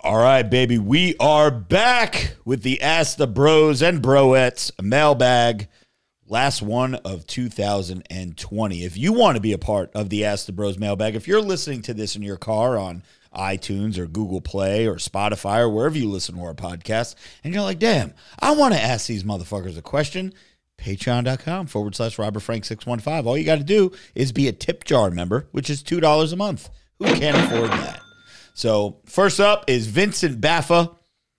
All right, baby, we are back with the Ask the Bros and Broettes mailbag. Last one of 2020. If you want to be a part of the Ask the Bros mailbag, if you're listening to this in your car on iTunes or Google Play or Spotify or wherever you listen to our podcast, and you're like, damn, I want to ask these motherfuckers a question, patreon.com forward slash Robert Frank 615. All you got to do is be a tip jar member, which is $2 a month. Who can afford that? So, first up is Vincent Baffa.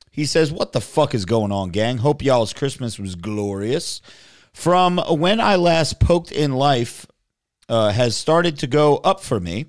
He says, What the fuck is going on, gang? Hope y'all's Christmas was glorious. From when I last poked in life, uh, has started to go up for me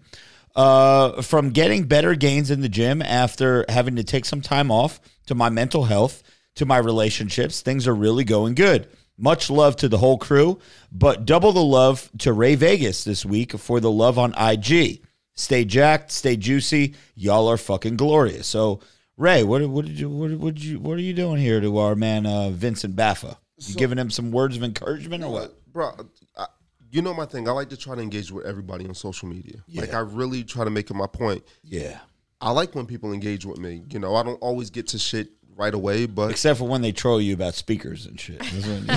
uh, from getting better gains in the gym after having to take some time off to my mental health to my relationships. Things are really going good. Much love to the whole crew, but double the love to Ray Vegas this week for the love on IG. Stay jacked, stay juicy. Y'all are fucking glorious. So, Ray, what what did you what, what did you what are you doing here to our man uh, Vincent Baffa? You giving him some words of encouragement or what? bro. I, you know my thing. I like to try to engage with everybody on social media. Like I really try to make it my point. Yeah. I like when people engage with me. You know, I don't always get to shit right away, but Except for when they troll you about speakers and shit. That's what I mean.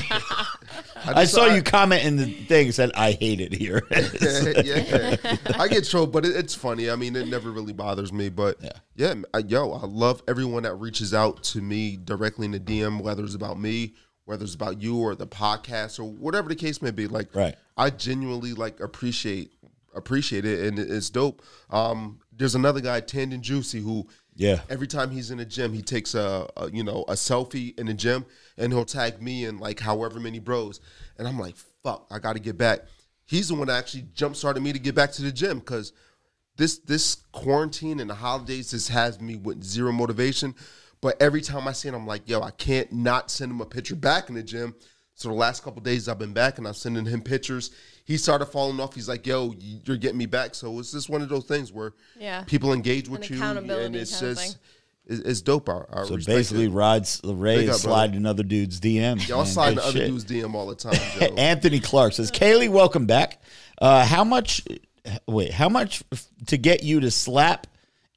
I, I just- saw I- you comment in the thing said I hate it here. yeah, I get trolled, but it, it's funny. I mean, it never really bothers me. But yeah, I, yo, I love everyone that reaches out to me directly in the DM, whether it's about me, whether it's about you or the podcast or whatever the case may be. Like, Right. I genuinely like appreciate appreciate it, and it- it's dope. Um, there's another guy, Tandon Juicy, who Yeah. every time he's in the gym, he takes a, a you know a selfie in the gym, and he'll tag me and like however many bros, and I'm like, fuck, I got to get back. He's the one that actually jump started me to get back to the gym because this this quarantine and the holidays just has me with zero motivation. But every time I see it, I'm like, yo, I can't not send him a picture back in the gym. So the last couple days I've been back and I'm sending him pictures. He started falling off. He's like, yo, you're getting me back. So it's just one of those things where Yeah. people engage with An you, accountability and it's kind of just it's, it's dope. I, I So respect basically, it. rides the Ray Big up, slide another dude's DM. y'all man. slide Good into other shit. dudes' DM all the time. Joe. Anthony Clark says, "Kaylee, welcome back. Uh, how much? Wait, how much f- to get you to slap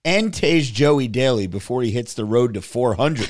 and tase Joey Daly before he hits the road to 400?"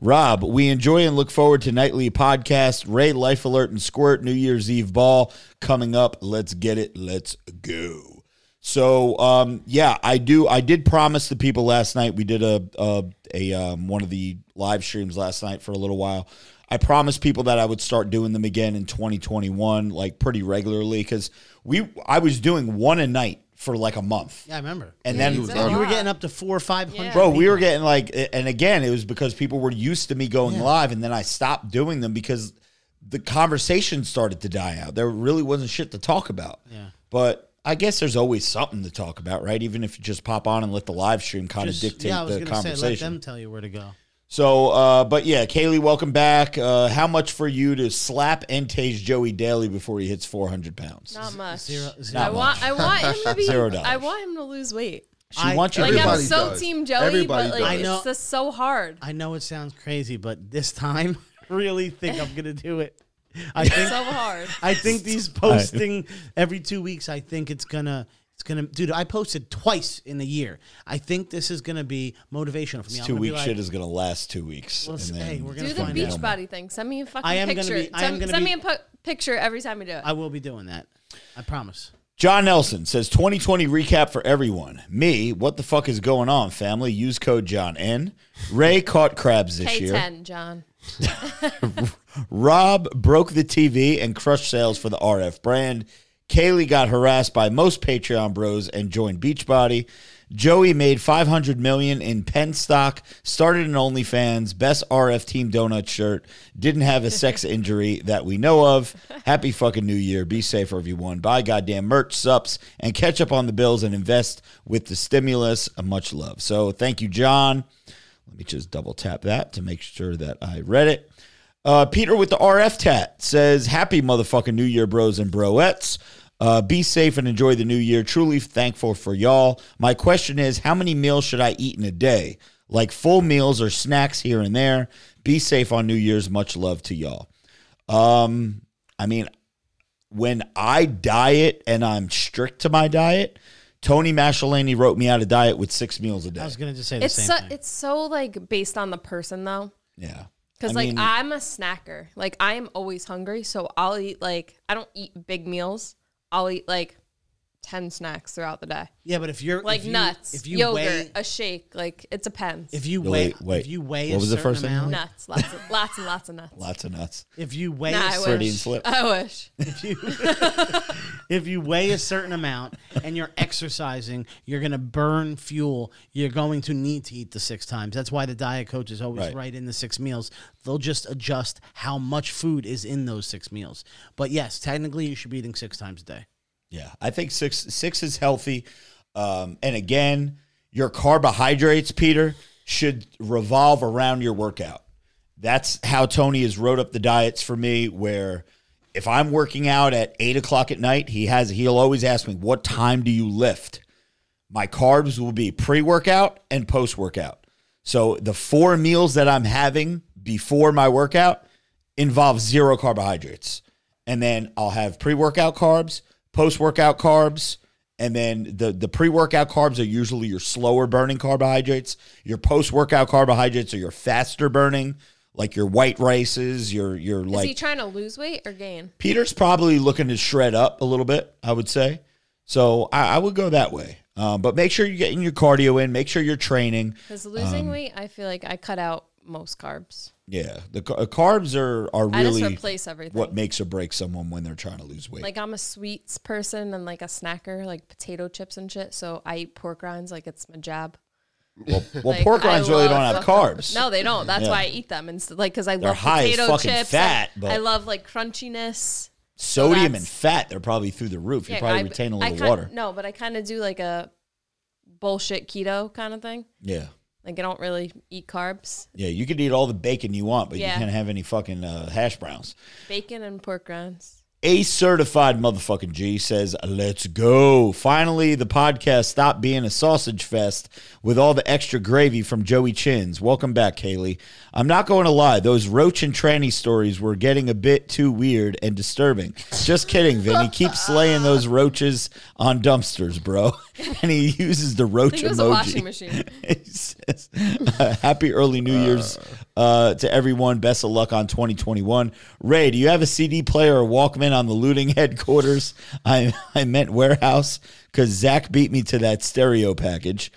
Rob, we enjoy and look forward to nightly podcast. Ray, Life Alert, and Squirt New Year's Eve ball coming up. Let's get it. Let's go. So um, yeah, I do. I did promise the people last night. We did a a, a um, one of the live streams last night for a little while. I promised people that I would start doing them again in 2021, like pretty regularly, because we I was doing one a night for like a month, Yeah, I remember. and Yeah, then you you were Ah. getting up to four or five hundred. Yeah. bro we were getting like and again it was because people were used to me going live and then i stopped doing them because the conversation started to die out there really wasn't shit to talk about Yeah. but i guess there's always something to talk about right even if you just pop on and let the live stream kind Just- of dictate yeah, I was the gonna say, conversation let them tell you where to go. so uh but yeah kaylee welcome back uh how much for you to slap and tase joey daly before he hits 400 pounds Not much. zero- I zero want. I want him to be. Zero dollars. I want him to lose weight. she I- wants you Like I'm Everybody so does. team Joey, Everybody but like does. I know. it's just so hard. I know it sounds crazy, but this time, really think I'm gonna do it. I think so hard. I think these posting every two weeks. I think it's gonna. It's gonna, dude. I posted twice in a year. I think this is gonna be motivational for me. I'm two gonna be week like, shit is gonna last two weeks Well, and hey, then we're gonna Do the find beach out. body thing. Send me a fucking I am gonna picture. be- I send am gonna send be- me a pu- picture every time we do it. I will be doing that. I promise. John Nelson says 2020 recap for everyone. Me, what the fuck is going on, family? Use code John N. Ray caught crabs this year. K10, John. Rob broke the TV and crushed sales for the RF brand. Kaylee got harassed by most Patreon bros and joined Beachbody. Joey made 500 million in pen stock, started an OnlyFans, best RF Team Donut shirt, didn't have a sex injury that we know of. Happy fucking New Year. Be safe, everyone. Buy goddamn merch, sups, and catch up on the bills and invest with the stimulus. Much love. So thank you, John. Let me just double tap that to make sure that I read it. Uh, Peter with the RF tat says, Happy motherfucking New Year, bros and broettes. Uh, be safe and enjoy the new year. Truly thankful for y'all. My question is, how many meals should I eat in a day? Like full meals or snacks here and there. Be safe on New Year's. Much love to y'all. Um, I mean, when I diet and I'm strict to my diet, Tony Mashalani wrote me out a diet with six meals a I day. was gonna just say the It's same so, thing. it's so like based on the person though. Yeah. Cause I like mean, I'm a snacker. Like I am always hungry, so I'll eat like I don't eat big meals. I'll eat like ten snacks throughout the day, Yeah, but if you're like if you, nuts, if you yogurt, weigh, a shake. Like it depends. if you No, weigh, wait, wait. if you weigh What a was the certain first thing? amount, nuts, lots, of, lots and lots of nuts. lots of nuts. if you weigh, Nah, a I cer- Freudian wish. slip. I wish. if you, if you weigh a certain amount and you're exercising, you're gonna burn fuel. You're going to need to eat the six times. That's why the diet coach is always Right. right, in the six meals. They'll just adjust how much food is in those six meals. But yes, technically, you should be eating six times a day. Yeah, I think six six is healthy. Um, and again, your carbohydrates, Peter, should revolve around your workout. That's how Tony has wrote up the diets for me. Where if I'm working out at eight o'clock at night, he has he'll always ask me, "What time do you lift?" My carbs will be pre workout and post workout. So the four meals that I'm having before my workout involve zero carbohydrates. And then I'll have pre workout carbs, post workout carbs, and then the, the pre workout carbs are usually your slower burning carbohydrates. Your post workout carbohydrates are your faster burning, like your white rices, your your Is he like trying to lose weight or gain? Peter's probably looking to shred up a little bit, I would say. So I, I would go that way. Um, but make sure you're getting your cardio in. Make sure you're training. Because losing Um, weight, I feel like I cut out most carbs. Yeah, the ca- uh, carbs are are I just really replace everything. what makes or breaks someone when they're trying to lose weight. like I'm a sweets person and like a snacker, like potato chips and shit. So I eat pork rinds like it's my job. well, well Like, pork I rinds really don't love have fucking- carbs. No, they don't. That's Yeah. why I eat them instead. Like because I love high as potato fucking chips. fat, I, but- I love like crunchiness. Sodium and that's- fat, they're probably through the roof. You Yeah, probably I- retain a I little kinda- water. No, but I kind of do like a bullshit keto kind of thing. Yeah. Like I don't really eat carbs, Yeah, you could eat all the bacon you want, but Yeah. you can't have any fucking uh, hash browns. bacon and pork rinds. A certified motherfucking G says, Let's go. Finally, the podcast stopped being a sausage fest with all the extra gravy from Joey Chins. Welcome back, Haley. I'm not going to lie, those roach and tranny stories were getting a bit too weird and disturbing. Just kidding, Vinny. Keep slaying those roaches on dumpsters, bro. And he uses the roach I think it was emoji a washing machine. he says, uh, happy early New Year's uh, to everyone. Best of luck on 2021. Ray, do you have a CD player or Walkman on the looting headquarters? I, I meant warehouse because Zach beat me to that stereo package.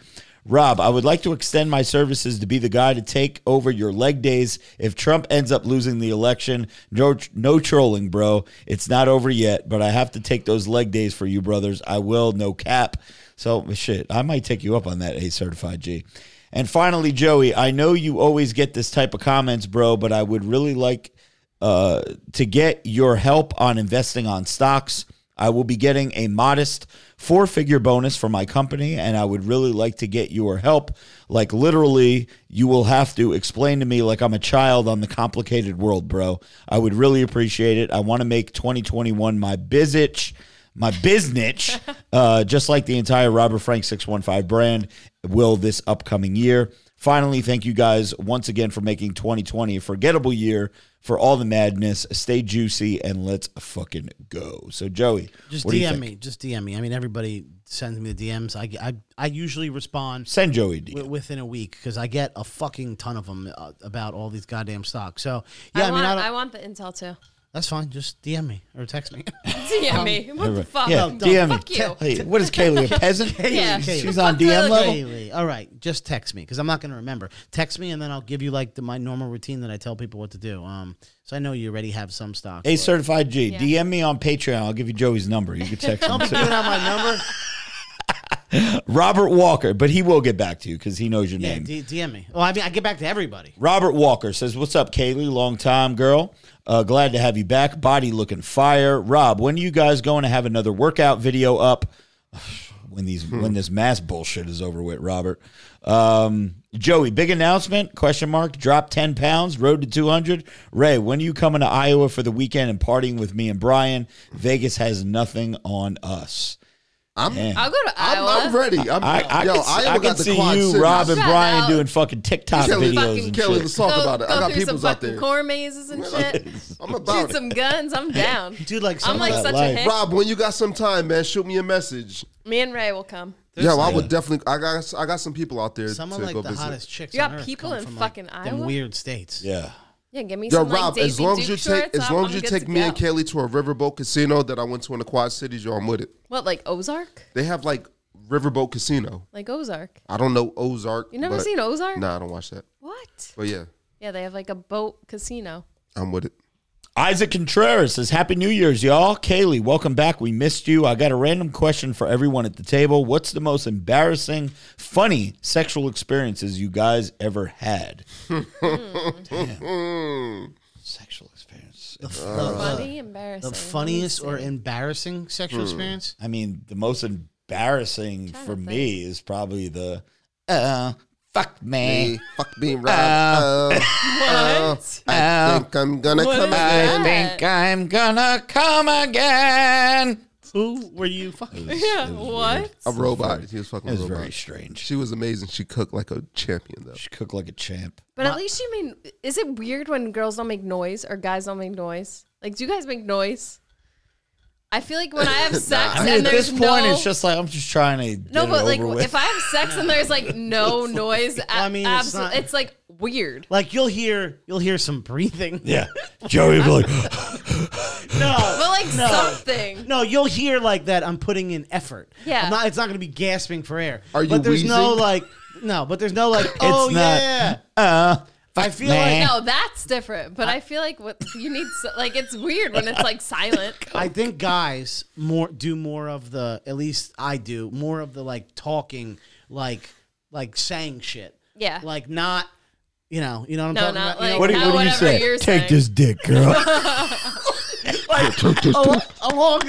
Rob, I would like to extend my services to be the guy to take over your leg days if Trump ends up losing the election. No, no trolling, bro. It's not over yet, but I have to take those leg days for you, brothers. I will, no cap. So shit, I might take you up on that, A certified G. And finally, Joey, I know you always get this type of comments, bro, but I would really like uh, to get your help on investing on stocks. I will be getting a modest four figure bonus for my company, and I would really like to get your help. Like, literally, you will have to explain to me like I'm a child on the complicated world, bro. I would really appreciate it. I want to make 2021 my bizitch my business, uh, just like the entire Robert Frank 615 brand, will this upcoming year. Finally, thank you guys once again for making 2020 a forgettable year for all the madness. Stay juicy and let's fucking go. So, Joey, Just what do you DM think? me. Just DM me. I mean, everybody sends me the DMs. I I, I usually respond. Send Joey a DM. wi- within a week because I get a fucking ton of them uh, about all these goddamn stocks. So yeah, I, I, mean, want, I don't, I want the intel too. Um, that's fine. Just DM me or text me. DM me. What the fuck? Yeah, DM me. Fuck you. Hey, what is Kaylee, a peasant? Yeah. She's Kaylee. on Fuck the DM other level? Daily. All right, just text me because I'm not going to remember. Text me and then I'll give you like the, my normal routine that I tell people what to do. Um, so I know you already have some stocks. A but- certified G. Yeah. DM me on Patreon. I'll give you Joey's number. You can text him. Don't be too. giving out my number. Robert Walker, but he will get back to you because he knows your Yeah, name. D- DM me. Well, I mean, I get back to everybody. Robert Walker says, "What's up, Kaylee? Long time, girl. Uh, glad to have you back. Body looking fire. Rob, when are you guys going to have another workout video up? when these Hmm. when this mass bullshit is over with, Robert. Um, Joey, big announcement? Question mark. Drop ten pounds. Road to two hundred. Ray, when are you coming to Iowa for the weekend and partying with me and Brian? Vegas has nothing on us. I'm, Man. I'll go to I'm, Iowa. I'm ready. I'm, I, I yo, can, see- Iowa I can got the see Quad you, Cities. Rob, and Shut Brian up. doing fucking TikTok Kelly, videos fucking and Kelly, shit. let's talk go, about it. go I got through some peoples out fucking there. corn mazes and shit. I'm Shoot about it. some guns. I'm down. Dude, like some I'm like of the- such life. a hit. Rob, when you got some time, man, shoot me a message. Me and Ray will come. Yo, I would definitely. I got. I got some people out there some to of like go the visit. hottest chicks. You got on earth people come in from, fucking like, them Iowa? weird states. Yeah. Yeah, give me Yo, some Rob, like Daisy as long as Duke you take, shorts, as I'm- long I'm as you good take to me and go. Kaylee to a riverboat casino that I went to in the Quad Cities, yo, I'm with it. What like Ozark? They have like riverboat casino. Like Ozark? I don't know Ozark. You never but- seen Ozark? Nah, I don't watch that. What? But yeah, Yeah, they have like a boat casino. I'm with it. Isaac Contreras says, Happy New Year's, y'all. Kaylee, welcome back. We missed you. I got a random question for everyone at the table. What's the most embarrassing, funny sexual experiences you guys ever had? Damn. Sexual experience. Uh, Funny, The embarrassing. funniest or embarrassing sexual Hmm. experience? I mean, the most embarrassing Trying for to me is probably the, uh, fuck me. Hey, fuck Oh. me, Rob. Uh, What? I Uh, Oh. think I'm gonna What come is again. I think I'm gonna come again. Who were you fucking? yeah, what? A robot. He was fucking It a was robot. very strange. She was amazing. She cooked like a champion, though. She cooked like a champ. But at least you mean, is it weird when girls don't make noise or guys don't make noise? Like, do you guys make noise? I feel like when I have sex I mean, and at there's this point, no, it's just like I'm just trying to get no, it but like over with. if I have sex and there's like no noise, I I mean, mean, it's it's, not- like weird. Like you'll hear you'll hear some breathing. yeah, Joey would be like, No. But like something, No, you'll hear like that I'm putting in effort. Yeah. I'm not, it's not going to be gasping for air. Are you But there's no wheezing? like no, but there's no like oh not- yeah. uh, I fuck, feel man. like no, that's different. But I feel like what you need, so, like it's weird when it's like silent. I think guys more do more of the at least I do more of the like talking like like saying shit. Yeah. Like not you know, you know what I'm No, talking not about. You know like- what do, Not you- what do you whatever say? you're Take saying. this dick, girl. al- along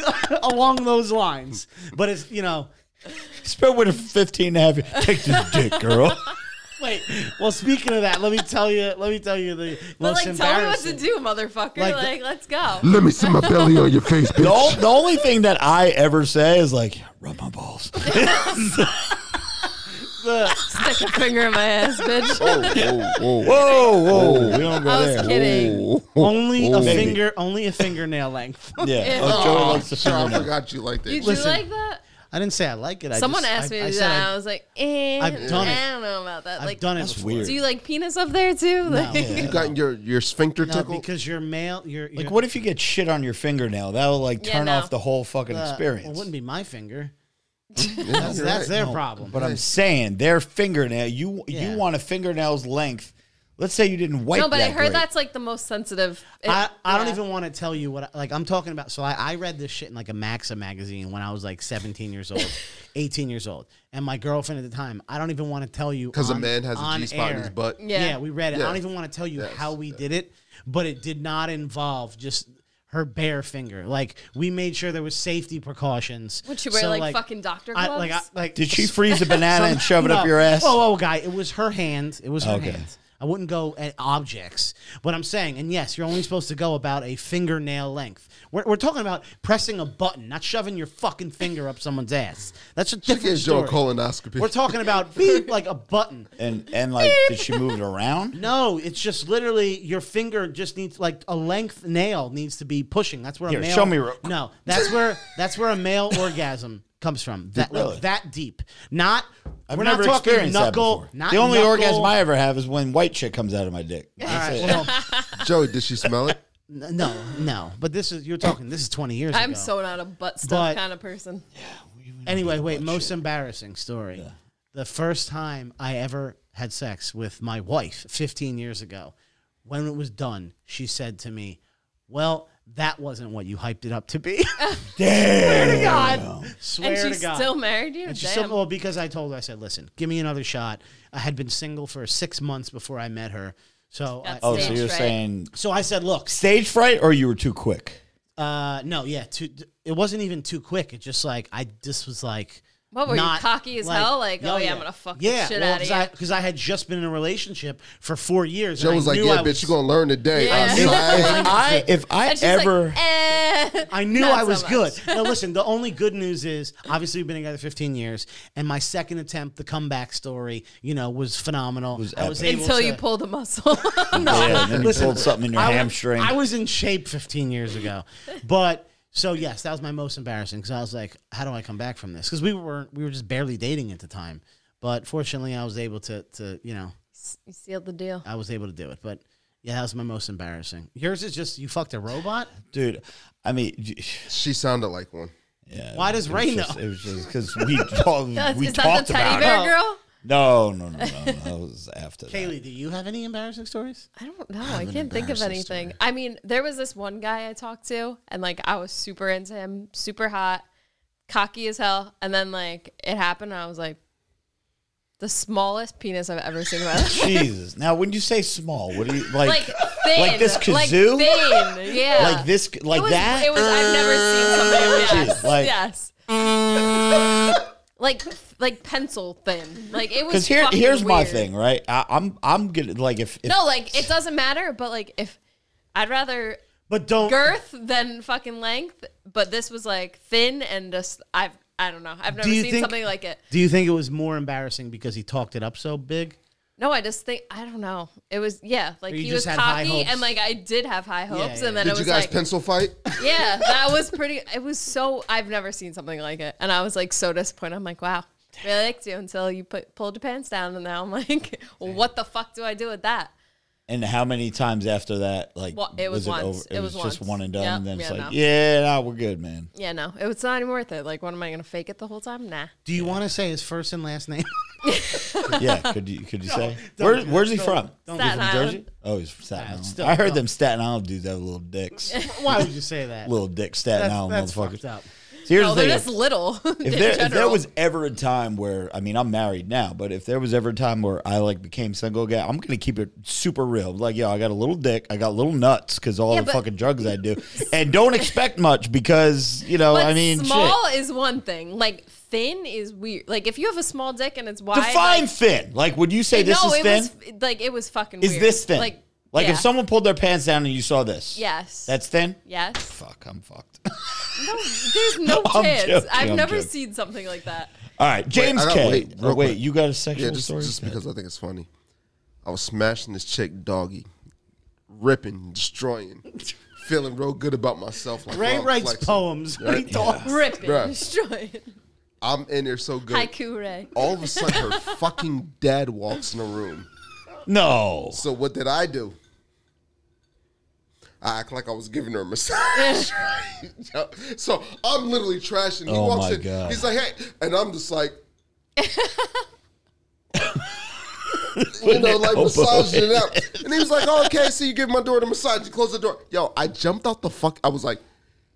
along those lines. But it's you know, Spent with a 15 and a half. year- Take this dick, girl. wait. Well, speaking of that, let me tell you. Let me tell you the But most like, tell me what to embarrassing. do, motherfucker. Like Like, the- let's go. Let me see my belly on your face, bitch. The, ol- the only thing that I ever say is like, rub my balls. The- Stick a finger in my ass, bitch. Whoa, whoa, whoa. whoa, whoa, Oh, we don't go I was there. kidding. only a Oh, Maybe. finger, only a fingernail length. Yeah, Ew. oh, Joey likes the Sure, I fingernail. forgot you like that. Did Listen, you like that? I didn't say I like it. I Someone just- asked I- me I to do said that. I- I, was like, eh, I've done I it. don't know about that. I've like, done it. That's before. weird. do you like penis up there too? Like, you got your, your sphincter No, tickled? because your male, your, your uh, Like, what if you get shit on your fingernail? That'll like Yeah, turn no. off the whole fucking uh, experience. Oh, well, it wouldn't be my finger. Yeah, That's, you're right. that's their problem. But I'm saying their fingernail. You Yeah. you want a fingernail's length. Let's say you didn't wipe. no, but I that heard great. that's like the most sensitive. it- I, I don't yeah. even want to tell you what I- like I'm talking about. So I, I read this shit in like a Maxa magazine when I was like 17 years old, 18 years old, and my girlfriend at the time. I don't even want to tell you 'Cause a on- man has a on G spot in his air. butt. Yeah. Yeah. we read it. I don't Yes. even want to tell you Yes. how we did it, but it did not involve just her bare finger. Like we made sure there was safety precautions. Would she wear like, fucking doctor gloves? I, like, I, like Did she freeze a banana and shove it up Um, No. your ass? Whoa, whoa, guy! It was her hand. It was her Okay. hand. I wouldn't go at objects, but I'm saying, and yes, you're only supposed to go about a fingernail length. We're, we're talking about pressing a button, not shoving your fucking finger up someone's ass. That's a She different gives Joe a story. colonoscopy. We're talking about beep like a button. And and like, did she move it around? No, it's just literally your finger just needs like a length nail needs to be pushing. That's where Here, a male. show me real- No, that's where that's where a male orgasm comes from. That like, Really? that deep. Not. I've we're never not talking experienced knuckle. that before. Not the only knuckle- orgasm I ever have is when white shit comes out of my dick. All That's right, it. well, Joey, did she smell it? n- no, no. But this is you're talking. This is 20 years I'm ago. so not a butt stuff But- kind of person. Anyway, wait. Most embarrassing story. The first time I ever had sex with my wife 15 years ago, when it was done, she said to me, "Well, that wasn't what you hyped it up to be." Swear to God. Swear And to she's God. still married you? And she Damn. said, well, because I told her, I said, listen, give me another shot. I had been single for six months before I met her. So, I, That's Oh, so Stage you're fright. saying so I said, look, stage fright, or you were too quick? uh, no, yeah, too, it wasn't even too quick. It just like, I just was like, What were you, not, cocky as hell? Like, oh, yeah, I'm gonna fuck the shit outta cause you. I, because I had just been in a relationship for four years. Joe and was I like, knew "Yeah, I bitch, was, you gonna learn today." Yeah. I'm If sorry. I, if I And she's ever like, eh, I knew not I so was much. good. Now, listen, the only good news is obviously we've been together 15 years, and my second attempt, the comeback story, you know, was phenomenal. Was I was epic. able Until to, you pull the muscle. yeah, and then you Listen, pulled something in your I was- hamstring. I was in shape 15 years ago, but so yes, that was my most embarrassing because I was like, how do I come back from this? Because we were we were just barely dating at the time, but fortunately, I was able to to you know you sealed the deal. I was able to do it. But yeah, that was my most embarrassing. Yours is just you fucked a robot. Dude, I mean, she sounded like one. yeah, Why does it was Ray just- know? It was just because we, talked- That's, we is that talked the teddy about bear it. girl? No, no, no, no, no. That was after that. Kaylee, do you have any embarrassing stories? I don't know. I can't think of anything. I mean, there was this one guy I talked to, and like I was super into him, super hot, cocky as hell. And then like it happened, and I was like, the smallest penis I've ever seen in my life. Jesus. Now, when you say small, what do you like? Like thin, like this like kazoo? thin, yeah, Like this, like It was, that. Uh, It was. I've never seen something like Jeez, yes, like- yes. like like pencil thin. Like it was. Because here, fucking here's my weird. thing, right? I, I'm, I'm gonna like if, if No, like it doesn't matter. But like if I'd rather But don't girth than fucking length, but this was like thin and just I've I don't know. I've never you seen think- something like it. Do you think it was more embarrassing because he talked it up so big? No, I just think I don't know. It was yeah, like Or you he was just had high cocky hopes. and like I did have high hopes yeah, and then Did it you was guys like pencil fight? yeah, that was pretty it was so I've never seen something like it and I was like so disappointed. I'm like, wow. Really liked you until you put pulled your pants down and now I'm like, well, what the fuck do I do with that? and how many times after that, like Well, it was once. It, It was, was just once. one and done, Yep, and then it's yeah, like, no. yeah, nah, we're good, man. Yeah, no. It was not even worth it. Like what am I gonna fake it the whole time? Nah. Do you want to say his first and last name? Yeah, could you, could you say where, where's he from? Staten From Island. Jersey? Oh, he's from Staten Island. still, I heard no. them Staten Island dudes have little dicks, Why would you say that? little dick Staten that's Island that's fucked motherfuckers. up. Here's No, the they're thing: just little. if in there, if there general. was ever a time where I mean I'm married now, but if there was ever a time where I like became single again, I'm gonna keep it super real. Like, yo, I got a little dick, I got little nuts because all Yeah, the but- fucking drugs I do, and don't expect much because you know But I mean small shit. is one thing. Like thin is weird. Like if you have a small dick and it's wide, Define like, thin. Like, would you say this no, is it thin? was like it was fucking. is weird. this thin? Like, Like, yeah. if someone pulled their pants down and you saw this, yes, that's thin. yes. Fuck, I'm fucked. No, there's no I'm chance. joking, I've I'm never joking. seen something like that. all right, James I gotta K. wait, Oh, real wait, quick. you got a sexual Yeah, just, story? just because I think it's funny. I was smashing this chick doggy, ripping, destroying, feeling real good about myself. Like Ray wow, I'm writes flexing. poems. but he talks. Ripping, Bruh. destroying, I'm in there so good. haiku Ray. All of a sudden, her fucking dad walks in the room. no. So what did I do? I act like I was giving her a massage. Yo, so I'm literally trashing. He Oh walks my in. God. He's like, hey, and I'm just like, you know, like massaging it out. And he was like, oh, okay, so you give my daughter a massage. You close the door. Yo, I jumped out the fuck. I was like,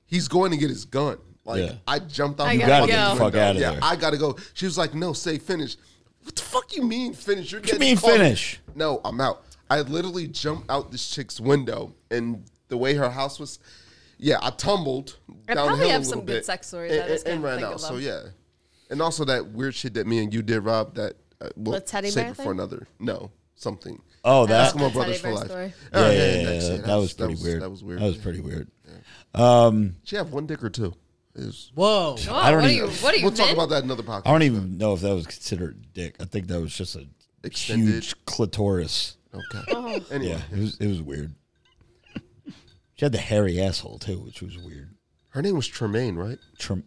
he's going to get his gun. Like Yeah. I jumped out. I the gotta fucking get the fuck window. outta yeah, there. I gotta go. She was like, no, say finish. What the fuck you mean finish? You're you getting mean caught. finish? No, I'm out. I literally jumped out this chick's window, and the way her house was, yeah, I tumbled I downhill probably a have little some good bit sex stories. and, I just and- and can't ran think out. of So them. yeah, and also that weird shit that me and you did, Rob. That uh, we'll The teddy save bear it for thing? another. No, something. Uh, Oh, that. Eskimo Teddy Brothers for bear life. story. Oh, All yeah, right, yeah, yeah, yeah, next, yeah, yeah, That, was pretty weird. That was weird. That was pretty weird. She have one dick or two. It was- Whoa. Oh, I don't what even- Are you, what are you? we'll talk men? about that in another podcast. I don't even know if that was considered a dick. I think that was just a Extended. huge clitoris. Okay. Oh. Anyway, Yeah, it was it was weird. She had the hairy asshole too, which was weird. her name was Tremaine, right? Trem,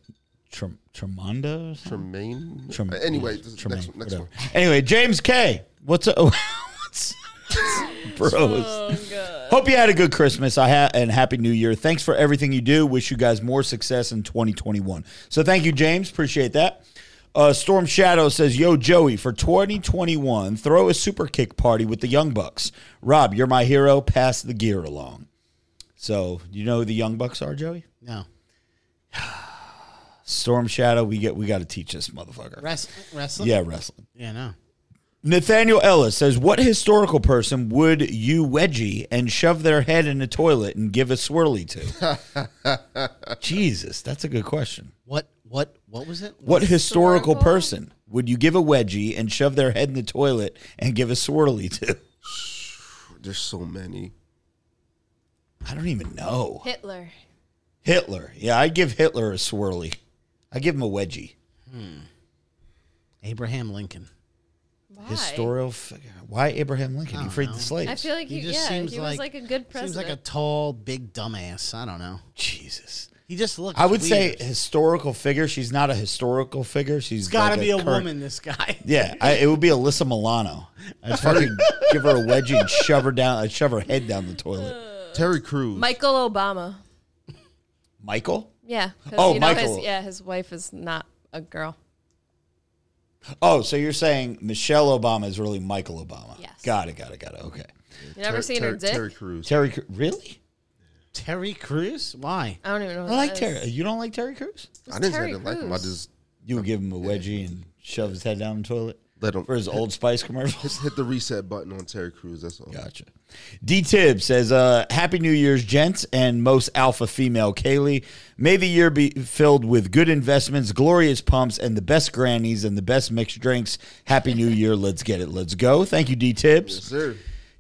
Trem, Tremanda. or something? Tremaine. Uh, Trem- anyway, yeah, this, Tremaine, next, next whatever. one. Anyway, James K. What's up, what's bros? Hope you had a good Christmas. I ha- and happy New Year. Thanks for everything you do. Wish you guys more success in 2021. So thank you, James. Appreciate that. Uh, Storm Shadow says, "Yo, Joey, for 2021, throw a super kick party with the Young Bucks. Rob, you're my hero. Pass the gear along." So you know who the Young Bucks are, Joey. No. Storm Shadow, we get we got to teach this motherfucker. Wrest- wrestling? Yeah, wrestling. Yeah, no. Nathaniel Ellis says, "What historical person would you wedgie and shove their head in a toilet and give a swirly to?" Jesus, that's a good question. What What? What was it? What historical, Historical? person would you give a wedgie and shove their head in the toilet and give a swirly to? There's so many. I don't even know. Hitler. Hitler. Yeah, I'd give Hitler a swirly. I give him a wedgie. Abraham Lincoln. Why? Historical figure. Why Abraham Lincoln? He freed the slaves. I feel like he, yeah, he was like a good Seems president. like a tall, big dumbass. I don't know. Jesus. He just looks. I would say weird. historical figure. She's not a historical figure. She's it's got to like be a, current- woman. This guy. Yeah, I, it would be Alyssa Milano. I'd fucking give her a wedgie and shove her down, I'd shove her head down the toilet. Terry Crews. Michael Obama. Michael? Yeah. 'cause Oh, you know his- Michael. yeah, his wife is not a girl. Oh, so you're saying Michelle Obama is really Michael Obama? Yes. Got it. Got it. Got it. Okay. You never Ter- seen Ter- her dick? Terry Crews. Terry, Cr- really? Terry Crews. Why? I don't even know. Who I like that Terry. is. You don't like Terry Crews? I didn't say I Terry didn't like him. I Crews. just You would give him a wedgie and shove his head down the toilet let him for his Old Spice commercials. hit the reset button on Terry Crews. That's all. Gotcha. D Tibbs says, uh, Happy New Year's, gents, and most alpha female Kaylee. May the year be filled with good investments, glorious pumps, and the best grannies and the best mixed drinks. Happy New Year. Let's get it. Let's go. Thank you, D Tibbs. Yes, sir.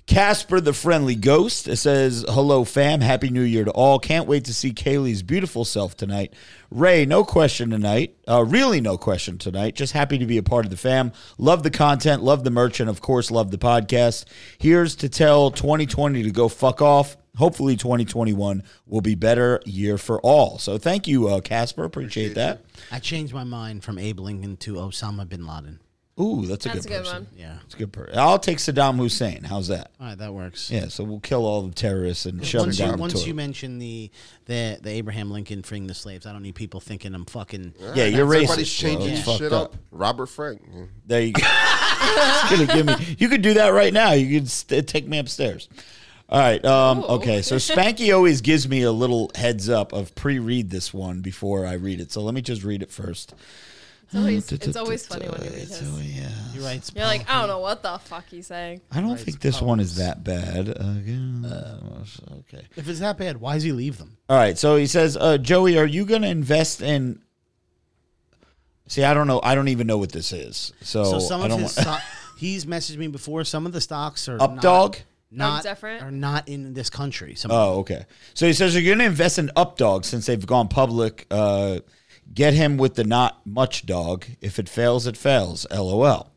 Casper the Friendly Ghost says, Hello, fam. Happy New Year to all. Can't wait to see Kaylee's beautiful self tonight. Ray, no question tonight. Uh, really, no question tonight. Just happy to be a part of the fam. Love the content, love the merch, and of course, love the podcast. Here's to tell 2020 to go fuck off. Hopefully, 2021 will be better year for all. So thank you, uh, Casper. Appreciate, that. I changed my mind from Abe Lincoln to Osama bin Laden. Ooh, that's a That's a good good person. one. Yeah. That's a good person. I'll take Saddam Hussein. How's that? All right, that works. Yeah, so we'll kill all the terrorists and shove them Once, you, down. the once toilet. you mention the, the the Abraham Lincoln freeing the slaves, I don't need people thinking I'm fucking. Yeah, you're racist. Everybody's bro. changing It's this shit fucked up. Robert Frank. Yeah. There you go. It's gonna give me. You could do that right now. You could st- take me upstairs. All right. Um, Ooh. okay. So Spanky always gives me a little heads up of pre-read this one before I read it. So let me just read it first. It's always, it's always funny when you read his. Yeah. You're right. You're like, I don't know what the fuck he's saying. I don't think this one is that bad. Uh, okay. if it's that bad, why does he leave them? All right. So he says, uh, Joey, are you going to invest in? See, I don't know. I don't even know what this is. So, So some Oh, I of don't his want. stock, he's messaged me before. Some of the stocks are not- Updog? not Are different? are not in this country. Some Oh, okay. So he says you're going to invest in Updog since they've gone public. Uh, get him with the not much dog. If it fails, it fails. LOL.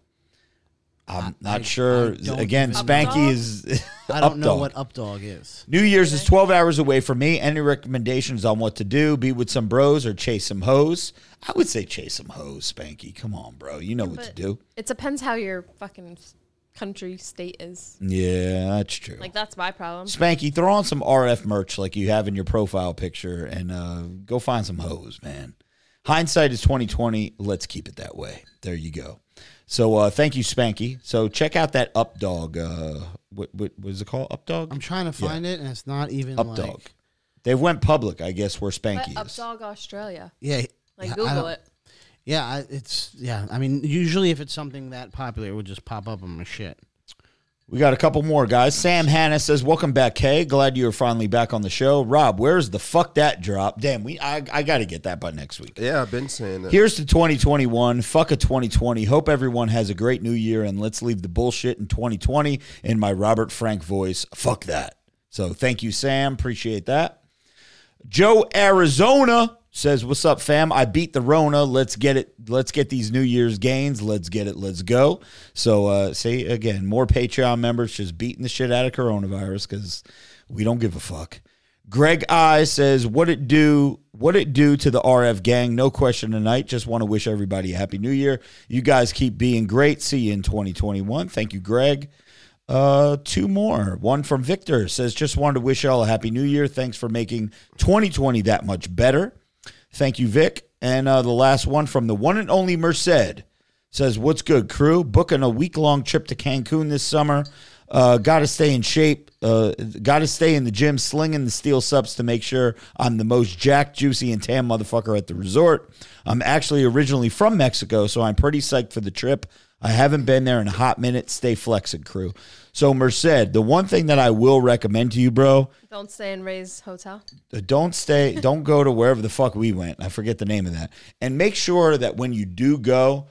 I'm not sure. I don't Again, even- Spanky Updog? is. I don't know Updog. what updog is. New Year's is 12 hours away from me. Any recommendations on what to do? Be with some bros or chase some hoes? I would say chase some hoes, Spanky. Come on, bro. You know what to But do. It depends how your fucking country state is. Yeah, that's true. Like that's my problem. Spanky, throw on some RF merch like you have in your profile picture and uh, go find some hoes, man. Hindsight is twenty twenty. Let's keep it that way. There you go. So uh, thank you, Spanky. So check out that Updog. Uh, what, what was it called? Updog. I'm trying to find it, and it's not even Updog. Like, they went public, I guess, where But Spanky is. Updog Australia. yeah, Like I- I Google don't- it. Yeah, I, it's yeah. I mean, usually if it's something that popular, it would just pop up on my shit. We got a couple more guys. Sam Hanna says, "Welcome back, Kay. Glad you are finally back on the show." Rob, where's the fuck that drop? Damn, we I, I got to get that by next week. Yeah, I've been saying that. Here's to 2021. Fuck a 2020. Hope everyone has a great new year and let's leave the bullshit in 2020 in my Robert Frank voice. Fuck that. So thank you, Sam. Appreciate that. Joe Arizona says, "What's up, fam? I beat the Rona. Let's get it. Let's get these New Year's gains. Let's get it. Let's go." So, uh, see again, more Patreon members just beating the shit out of coronavirus because we don't give a fuck. Greg I says, "What it do? What it do to the RF gang? No question tonight. Just want to wish everybody a happy New Year. You guys keep being great. See you in 2021. Thank you, Greg." Uh, two more. One from Victor says, "Just wanted to wish y'all a happy New Year. Thanks for making 2020 that much better. Thank you, Vic." And uh, the last one from the one and only Merced says, "What's good, crew? Booking a week long trip to Cancun this summer. Uh, Got to stay in shape. Uh, Got to stay in the gym, slinging the steel subs to make sure I'm the most jacked, juicy, and tan motherfucker at the resort. I'm actually originally from Mexico, so I'm pretty psyched for the trip." I haven't been there in a hot minute. Stay flexing, crew. So, Merced, the one thing that I will recommend to you, bro, Don't stay in Ray's hotel. uh, don't stay, don't go to wherever the fuck we went. I forget the name of that. And make sure that when you do go,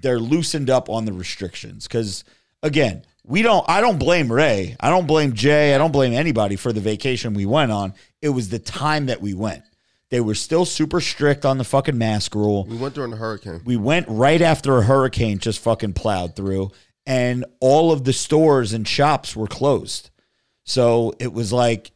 they're loosened up on the restrictions. Cause again, we don't, I don't blame Ray. I don't blame Jay. I don't blame anybody for the vacation we went on. It was the time that we went. They were still super strict on the fucking mask rule We went during the hurricane. we went right after a hurricane just fucking plowed through and all of the stores and shops were closed so it was like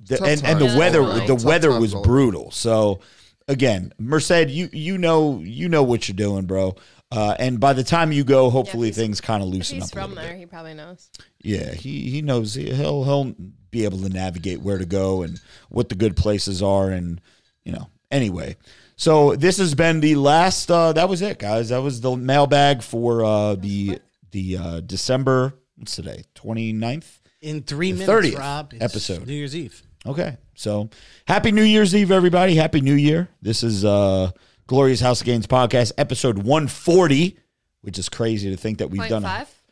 the, Tough and, and the times, weather all right. the Tough weather times, was all right. brutal so again merced you you know you know what you're doing bro uh, and by the time you go hopefully he's- things kind of If loosen he's up a from little bit. there, he probably knows. Yeah, he he knows he, he'll he'll be able to navigate where to go and what the good places are and you know. Anyway, so this has been the last uh that was it guys. That was the mailbag for uh the the uh December what's today? 29th. In three The minutes, 30th Rob. It's episode. New Year's Eve. Okay. So, happy New Year's Eve everybody. Happy New Year. This is uh Glorious House of Games podcast episode 140, which is crazy to think that we've Point done. five.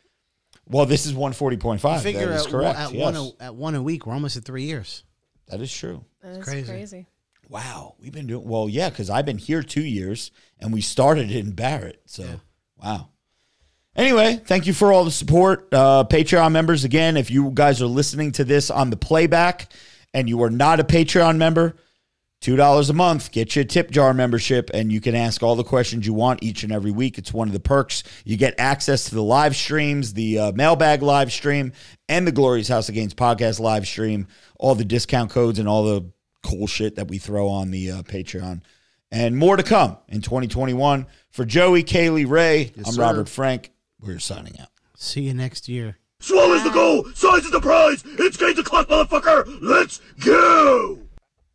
Well, this is 140.5. Oh, That is Figure out correct. at yes. one oh a, at one a week. We're almost at three years. that is true. That's crazy. crazy. Wow, we've been doing well, yeah, because I've been here two years and we started in Barrett. So, wow. Anyway, thank you for all the support. Uh, Patreon members, again, if you guys are listening to this on the playback and you are not a Patreon member, $2 a month, get you a tip jar membership, and you can ask all the questions you want each and every week. It's one of the perks. You get access to the live streams, the uh, mailbag live stream, and the Glorious House of Games podcast live stream, all the discount codes and all the cool shit that we throw on the uh, Patreon. And more to come in 2021. For Joey, Kaylee, Ray, I'm sir. Robert Frank. We're signing out. See you next year. Slow is the goal, size is the prize. It's game the clock, motherfucker. Let's go.